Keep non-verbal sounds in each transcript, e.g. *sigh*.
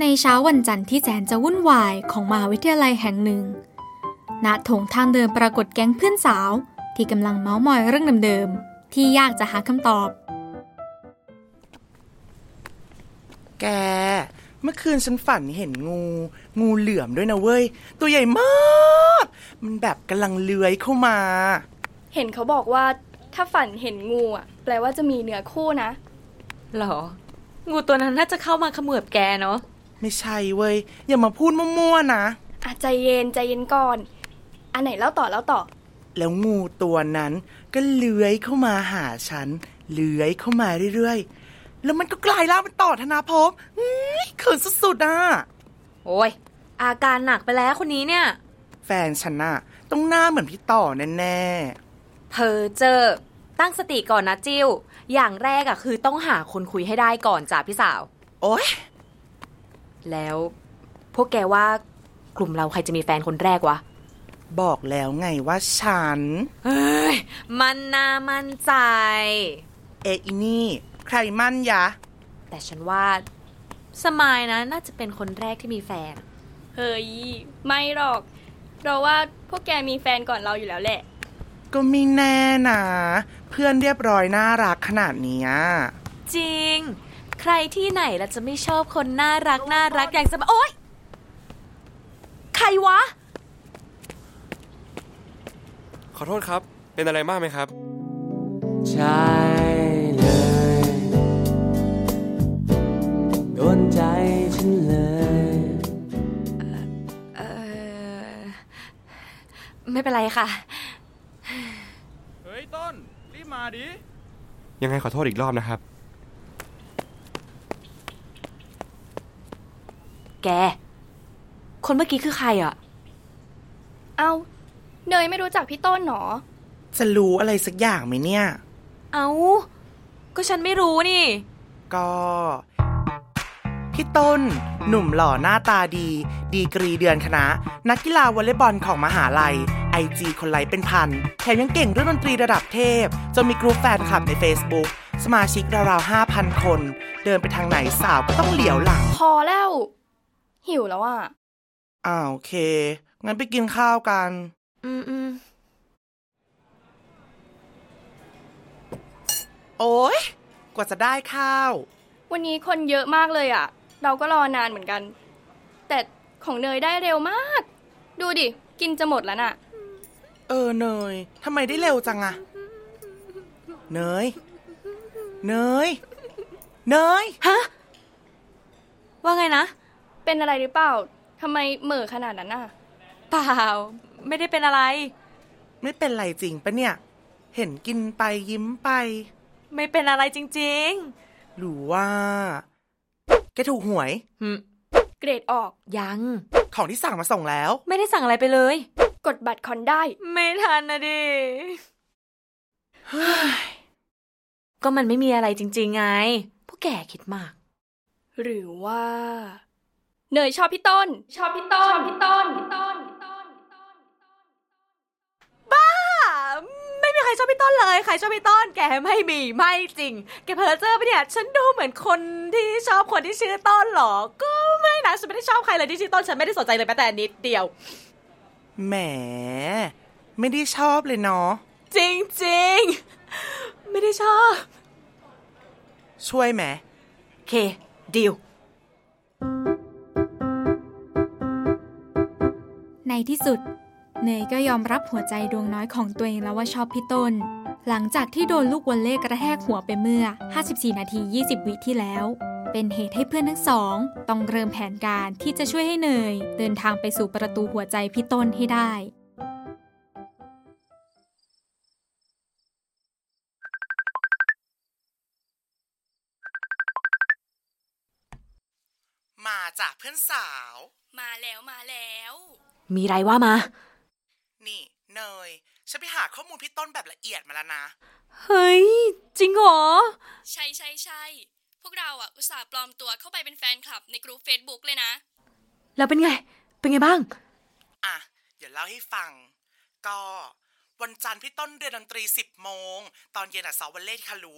ในเช้าวันจันทร์ที่แสนจะวุ่นวายของมหาวิทยาลัยแห่งหนึ่ง ณ โถงทางเดินปรากฏแก๊งเพื่อนสาว ที่กำลังเมาส์มอยเรื่องเดิมๆ ที่ยากจะหาคำตอบ แก เมื่อคืนฉันฝันเห็นงู งูเหลือมด้วยนะเว้ย ตัวใหญ่มาก มันแบบกำลังเลื้อยเข้ามา เห็นเขาบอกว่าถ้าฝันเห็นงูอ่ะ แปลว่าจะมีเนื้อคู่นะ หรอ งูตัวนั้นน่าจะเข้ามาเขมือบแกเนาะ ไม่ใช่เว้ย อย่ามาพูดมั่วๆนะ อ่ะใจเย็นใจเย็นก่อน อันไหนเล่าต่อเล่าต่อ แล้วงูตัวนั้นก็เลื้อยเข้ามาหาฉัน เลื้อยเข้ามาเรื่อยๆ แล้วมันก็กลายร่างเป็นต่อธนาภพอื้อเขินสุดๆอ่ะ โอ้ย อาการหนักไปแล้วคนนี้เนี่ย แฟนฉันน่ะต้องหน้าเหมือนพี่ต่อแน่ เพอเจอ ตั้งสติก่อนนะจิวอย่างแรกอะคือต้องหาคนคุยให้ได้ก่อนจ้ะพี่สาว ๆ โอ๊ย แล้ว พวกแกว่ากลุ่มเราใครจะมีแฟนคนแรกวะ บอกแล้วไงว่าฉัน เฮ้ย มันนามันใจ เอะอีนี่ ใครมั่นยะ แต่ฉันว่าสมายนะ น่าจะเป็นคนแรกที่มีแฟน เฮ้ย ไม่หรอก เราว่าพวกแกมีแฟนก่อนเราอยู่แล้วแหละ ก็ไม่แน่นะเพื่อนเรียบร้อยน่ารักขนาดเนี้ย จริง ใครที่ไหนล่ะจะไม่ชอบคนน่ารักน่ารักอย่างสมายโอ๊ย ใครวะ ขอโทษครับ เป็นอะไรมากไหมครับ ใช่เลย โดนใจฉันเลย เออไม่เป็นไรค่ะ เฮ้ยต้น รีบมาดิ ยังไงขอโทษอีกรอบนะครับ แก คนเมื่อกี้คือใครอ่ะ เอา้าเนยไม่รู้จักพี่ต้นหนอ จะรู้อะไรสักอย่างไหมเนี่ย เอาก็ฉันไม่รู้นี่ ก็ พี่ต้น หนุ่มหล่อหน้าตาดี ดีกรีเดือนคณะ นักกีฬาวอลเลย์บอลของมหาลัยไอจีคนไลค์เป็นพัน แถมยังเก่งเรื่องดนตรีระดับเทพ จนมีกลุ่มแฟนคลับใน Facebook สมาชิกราวๆ5,000 คน เดินไปทางไหนสาวก็ต้องเหลียวหลัง พอแล้ว หิวแล้วอ่ะ อ้าวโอเค งั้นไปกินข้าวกัน อืมอืม โอ๊ย กว่าจะได้ข้าว วันนี้คนเยอะมากเลยอ่ะ เราก็รอนานเหมือนกัน แต่ของเนยได้เร็วมาก ดูดิ กินจะหมดแล้วน่ะ เออเนย ทำไมได้เร็วจังอะเนย เนย เนย ฮะ ว่าไงนะ เป็นอะไรหรือเปล่าทำไมเหม่อขนาดนั้นน่ะ เปล่า ไม่ได้เป็นอะไร ไม่เป็นไรจริงปะเนี่ย เห็นกินไปยิ้มไป ไม่เป็นอะไรจริง หรือว่า แกถูกหวย ๆหืม เกรดออก ยัง ของที่สั่งมาส่งแล้ว ไม่ได้สั่งอะไรไปเลย กดบัตรคอนได้ ไม่ทันนะดิ ก็มันไม่มีอะไรจริง ๆ ไง พวกแกคิดมาก หรือว่า เนยชอบพี่ต้น ชอบพี่ต้น ชอบพี่ต้น อ่ะไม่มีใครชอบพี่ต้นเลย ใครชอบพี่ต้น แกไม่มีไม่จริง แกเพอเจอร์ปะเนี่ย ฉันดูเหมือนคนที่ชอบคนที่ชื่อต้นหรอ ก็ไม่นะ ฉันไม่ได้ชอบใครเลยที่ชื่อต้น ฉันไม่ได้สนใจเลยแม้แต่นิดเดียว แหม ไม่ได้ชอบเลยเนาะ จริงจริงๆไม่ได้ชอบ ช่วยแหม โอเคดิว ในที่สุด เนยก็ยอมรับหัวใจดวงน้อยของตัวเองแล้วว่าชอบพี่ต้น หลังจากที่โดนลูกวอลเล่กระแทกหัวไปเมื่อ 54 นาที 20 วิที่แล้ว เป็นเหตุให้เพื่อนทั้งสอง ต้องเริ่มแผนการที่จะช่วยให้เนย เดินทางไปสู่ประตูหัวใจพี่ต้นให้ได้ มาจากเพื่อนสาว มาแล้วมาแล้ว มีไรว่ามา นี่ เนย ฉันไปหาข้อมูลพี่ต้นแบบละเอียดมาแล้วนะ เฮ้ย จริงเหรอ ใช่ใช่ใช่พวกเราอ่ะ อุตส่าห์ปลอมตัวเข้าไปเป็นแฟนคลับในกลุ่มเฟซบุ๊กเลยนะ แล้วเป็นไง เป็นไงบ้าง อ่ะ เดี๋ยวเล่าให้ฟัง ก็วันจันทร์พี่ต้นเรียนดนตรี 10 โมง ตอนเย็นอ่ะสอบวันเล่ที่คารุ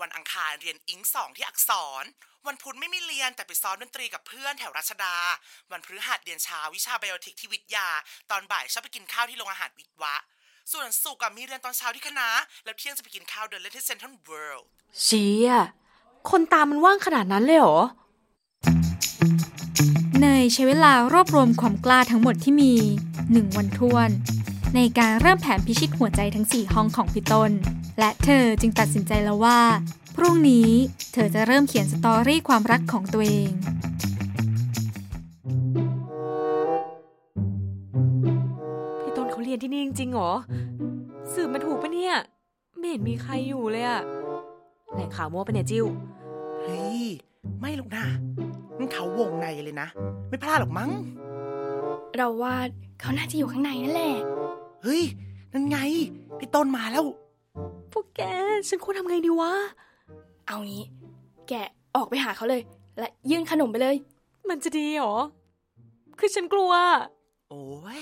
วันอังคารเรียนอิงสองที่อักษร วันพุธไม่มีเรียนแต่ไปซ้อมดนตรีกับเพื่อนแถวรัชดา วันพฤหัสเรียนเช้าวิชาไบโอเทคที่วิทยา ตอนบ่ายชอบไปกินข้าวที่โรงอาหารวิทวะ ส่วนวันศุกร์อะมีเรียนตอนเช้าที่คณะ แล้วเที่ยงจะไปกินข้าวเดินเล่นที่เซนทรัลเวิลด์ เชียคนตามมันว่างขนาดนั้นเลยเหรอ เนยใช้เวลารวบรวมความกล้าทั้งหมดที่มี 1 วันท้วน ในการเริ่มแผนพิชิตหัวใจทั้ง 4 ห้องของพี่ต้น และเธอจึงตัดสินใจแล้วว่า พรุ่งนี้เธอจะเริ่มเขียนสตอรี่ความรักของตัวเอง พี่ต้นเขาเรียนที่นี่จริงๆเหรอ สืบมาถูกปะเนี่ย ไม่เห็นมีใครอยู่เลยอะแหล่งข่าวมั่วปะเนี่ยจิว เฮ้ย ไม่หรอกนะนั่นเขาวงในเลยนะ ไม่พลาดหรอกมั้ง เราว่าเขาน่าจะอยู่ข้างในนั่นแหละ เฮ้ย นั่นไง พี่ต้นมาแล้ว พวกแก ฉันควรทำไงดีวะ เอางี้ แกออกไปหาเขาเลย และยื่นขนมไปเลย มันจะดีเหรอ คือฉันกลัว โอ้ย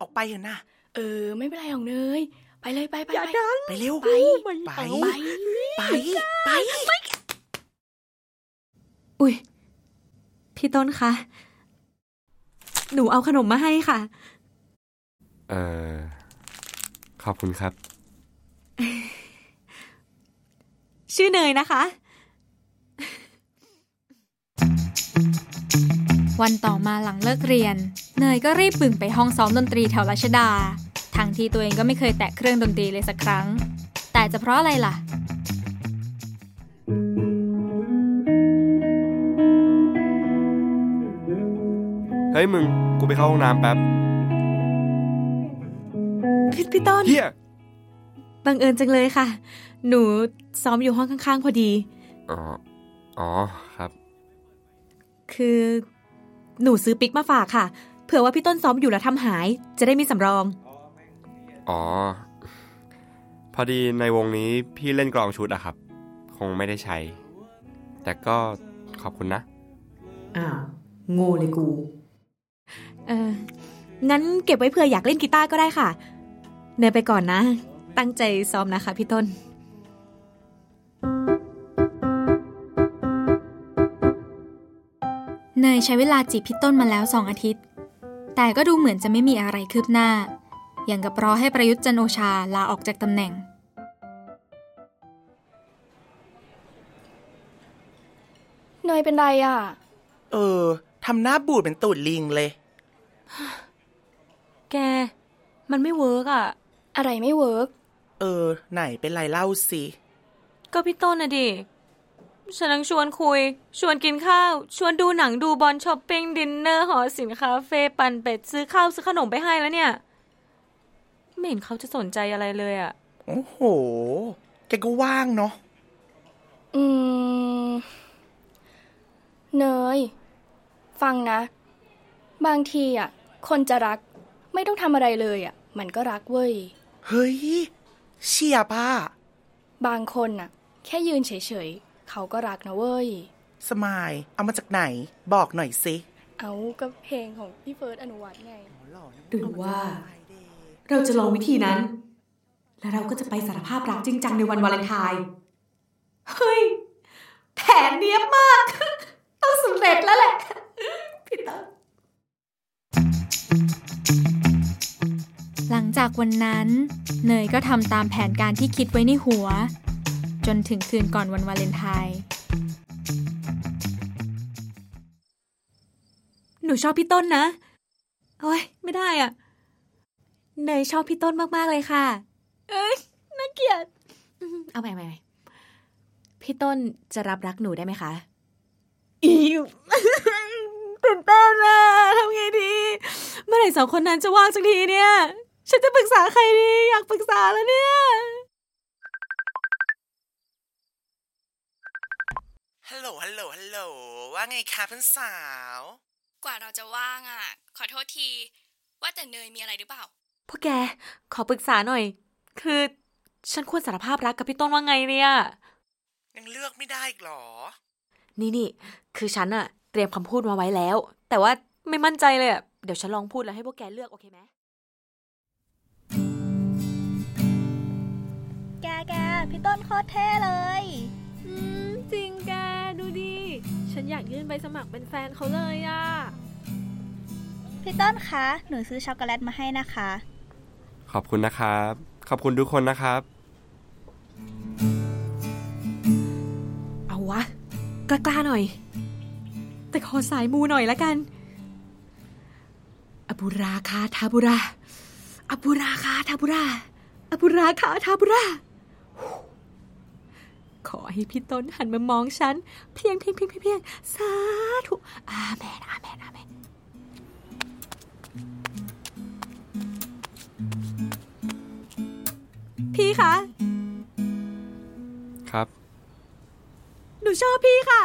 ออกไปเถอะนะ เออ ไม่เป็นไรของเนย ไปเลยไปไป อย่า ไป ดัน ไปเร็ว ไป ไป เอา ไป ไป ไป อุ๊ย พี่ต้นคะ หนูเอาขนมมาให้ค่ะ เอ่อ ขอบคุณครับ ชื่อเนยนะคะ วันต่อมาหลังเลิกเรียน เนยก็รีบบึ่งไปห้องซ้อมดนตรีแถวรัชดา ทั้งที่ตัวเองก็ไม่เคยแตะเครื่องดนตรีเลยสักครั้ง แต่จะเพราะอะไรล่ะ เฮ้ยมึง กูไปเข้าห้องน้ำแป๊บ พี่พี่ต้น เฮีย บังเอิญจังเลยค่ะ หนูซ้อมอยู่ห้องข้างๆพอดี อ๋อ อ๋อครับ คือ หนูซื้อปิกมาฝากค่ะ เผื่อว่าพี่ต้นซ้อมอยู่แล้วทำหาย จะได้มีสำรอง อ๋อ พอดีในวงนี้พี่เล่นกลองชุดอะครับ คงไม่ได้ใช้ แต่ก็ขอบคุณนะ อ้าว โง่เลยกู เอองั้นเก็บไว้เผื่ออยากเล่นกีตาร์ก็ได้ค่ะ เนยไปก่อนนะ ตั้งใจซ้อมนะคะพี่ต้น เนยใช้เวลาจีบพี่ต้นมาแล้วสองอาทิตย์ แต่ก็ดูเหมือนจะไม่มีอะไรคืบหน้า อย่างกับรอให้ประยุทธ์จันทร์โอชาลาออกจากตำแหน่ง เนยเป็นไรอ่ะ เออ ทำหน้าบูดเป็นตูดลิงเลย แก มันไม่เวิร์กอะ อะไรไม่เวิร์ก เออ ไหนเป็นไรเล่าสิ ก็พี่ต้นนะดิ ฉันทั้งชวนคุย ชวนกินข้าว ชวนดูหนังดูบอลช้อปปิ้งดินเนอร์หอสินคาเฟ่ปั่นเป็ดซื้อข้าวซื้อขนมไปให้แล้วเนี่ย ไม่เห็นเขาจะสนใจอะไรเลยอะ โอ้โห แกก็ว่างเนาะ อืม เนย ฟังนะ บางทีอ่ะ คนจะรัก ไม่ต้องทำอะไรเลยอ่ะ มันก็รักเว้ย เฮ้ย เชียป้า บางคนน่ะ แค่ยืนเฉยๆ เขาก็รักนะเว้ย สมาย เอามาจากไหน บอกหน่อยสิ เอากับเพลงของพี่เฟิร์สอนุวัฒน์ไง หรือว่า เราจะลองวิธีนั้น แล้วเราก็จะไปสารภาพรักจริงจังในวันวาเลนไทน์เฮ้ย แผนเนี้ยบมาก *laughs* ต้องสำเร็จแล้วแหละ *laughs* พี่ต้น หลังจากวันนั้น เนยก็ทำตามแผนการที่คิดไว้ในหัว จนถึงคืนก่อนวันวาเลนไทน์ หนูชอบพี่ต้นนะ โอ้ยไม่ได้อะเนยชอบพี่ต้นมาก ๆ เลยค่ะ เอ้ยน่าเกลียด เอาใหม่ใหม่ใหม่พี่ต้นจะรับรักหนูได้ไหมคะ อีว ตื่นเต้นอะทำไงดี เมื่อไหร่สองคนนั้นจะว่างสักทีเนี่ย ฉันจะปรึกษาใครดี อยากปรึกษาแล้วเนี่ย ฮัลโหล ฮัลโหล ฮัลโหล ว่าไงคะเพื่อนสาว กว่าเราจะว่างอ่ะ ขอโทษที ว่าแต่เนยมีอะไรหรือเปล่า พ่อแก ขอปรึกษาหน่อย คือฉันควรสารภาพรักกับพี่ต้นว่าไงเนี่ย ยังเลือกไม่ได้อีกเหรอ นี่นี่ คือฉันอะเตรียมคำพูดมาไว้แล้ว แต่ว่าไม่มั่นใจเลยอะเดี๋ยวฉันลองพูดแล้วให้พวกแกเลือกโอเคไหม แกแกพี่ต้นโคตรเท่เลย อืมจริงแกดูดิ ฉันอยากยื่นใบสมัครเป็นแฟนเขาเลยอ่ะ พี่ต้นคะ หนูซื้อช็อกโกแลตมาให้นะคะ ขอบคุณนะครับ ขอบคุณทุกคนนะครับ เอาวะ กล้าๆหน่อย แต่ขอสายมูหน่อยละกัน อบุราคาทาบุรา อบุราคาทาบุรา อบุราคาทาบุรา ขอให้พี่ต้นหันมามองฉัน เพียงเพียงเพียงเพียงเพียงสาธุ อาเมน อาเมน อาเมน พี่คะ ครับ หนูชอบพี่ค่ะ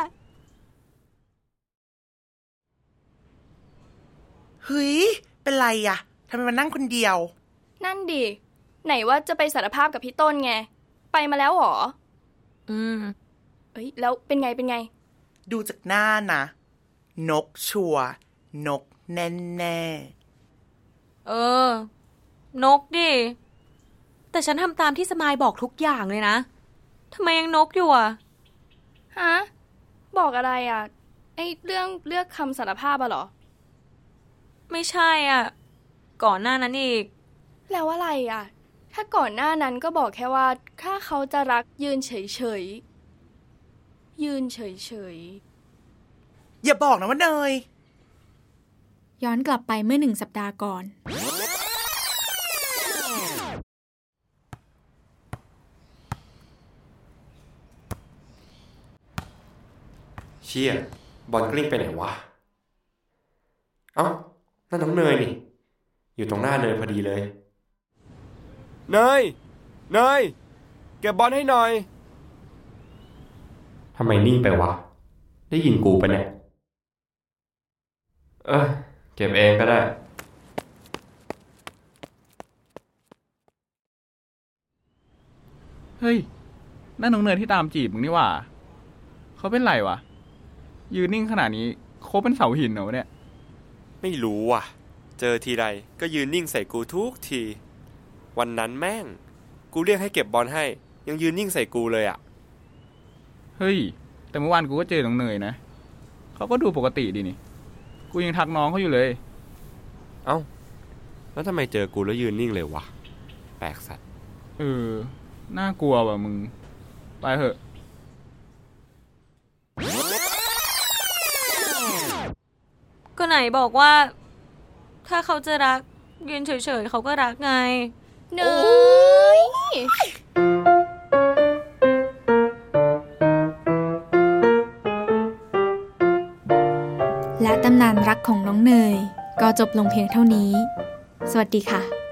เฮ้ย เป็นไรอะทำไมมันนั่งคนเดียว นั่นดิ ไหนว่าจะไปสารภาพกับพี่ต้นไง ไปมาแล้วเหรอ อืม เอ้ย แล้วเป็นไงเป็นไง ดูจากหน้านะ นกชัวร์นกแน่แน่ เออ นกดิ แต่ฉันทำตามที่สมายบอกทุกอย่างเลยนะ ทำไมยังนกอยู่อ่ะ ฮะ บอกอะไรอ่ะ ไอ้เรื่องเลือกคำสารภาพอะเหรอ ไม่ใช่อ่ะ ก่อนหน้านั้นอีก แล้วอะไรอ่ะ ถ้าก่อนหน้านั้นก็บอกแค่ว่า ถ้าเขาจะรักยืนเฉยๆ ยืนเฉย ๆ อย่าบอกนะว่าเนย ย้อนกลับไปเมื่อหนึ่งสัปดาห์ก่อน เชี่ย บอลกลิ้งไปไหนวะ เอ้า นั่นน้องเนยนี่ อยู่ตรงหน้าเนยพอดีเลย เนย เนย เก็บบอลให้หน่อย ทำไมนิ่งไปวะ ได้ยินกูปะเนี่ย เออเก็บเองก็ได้ เฮ้ย นั่นน้องเนยที่ตามจีบมึงนี่หว่า เขาเป็นไรวะ ยืนนิ่งขนาดนี้โคบเป็นเสาหินเหรอวะเนี่ย ไม่รู้ว่ะ เจอทีไรก็ยืนนิ่งใส่กูทุกที วันนั้นแม่ง กูเรียกให้เก็บบอลให้ ยังยืนนิ่งใส่กูเลยอะ เฮ้ย แต่เมื่อวานกูก็เจอน้องเนยนะ เขาก็ดูปกติดีนี่ กูยังทักน้องเขาอยู่เลย เอ้า แล้วทำไมเจอกูแล้วยืนนิ่งเลยวะ แปลกสัตว์ เออ น่ากลัวว่ะมึง ไปเถอะ ก็ไหนบอกว่า ถ้าเขาจะรักยืนเฉยๆเขาก็รักไง ๆ เนย และตำนานรักของน้องเนย ก็จบลงเพียงเท่านี้ สวัสดีค่ะ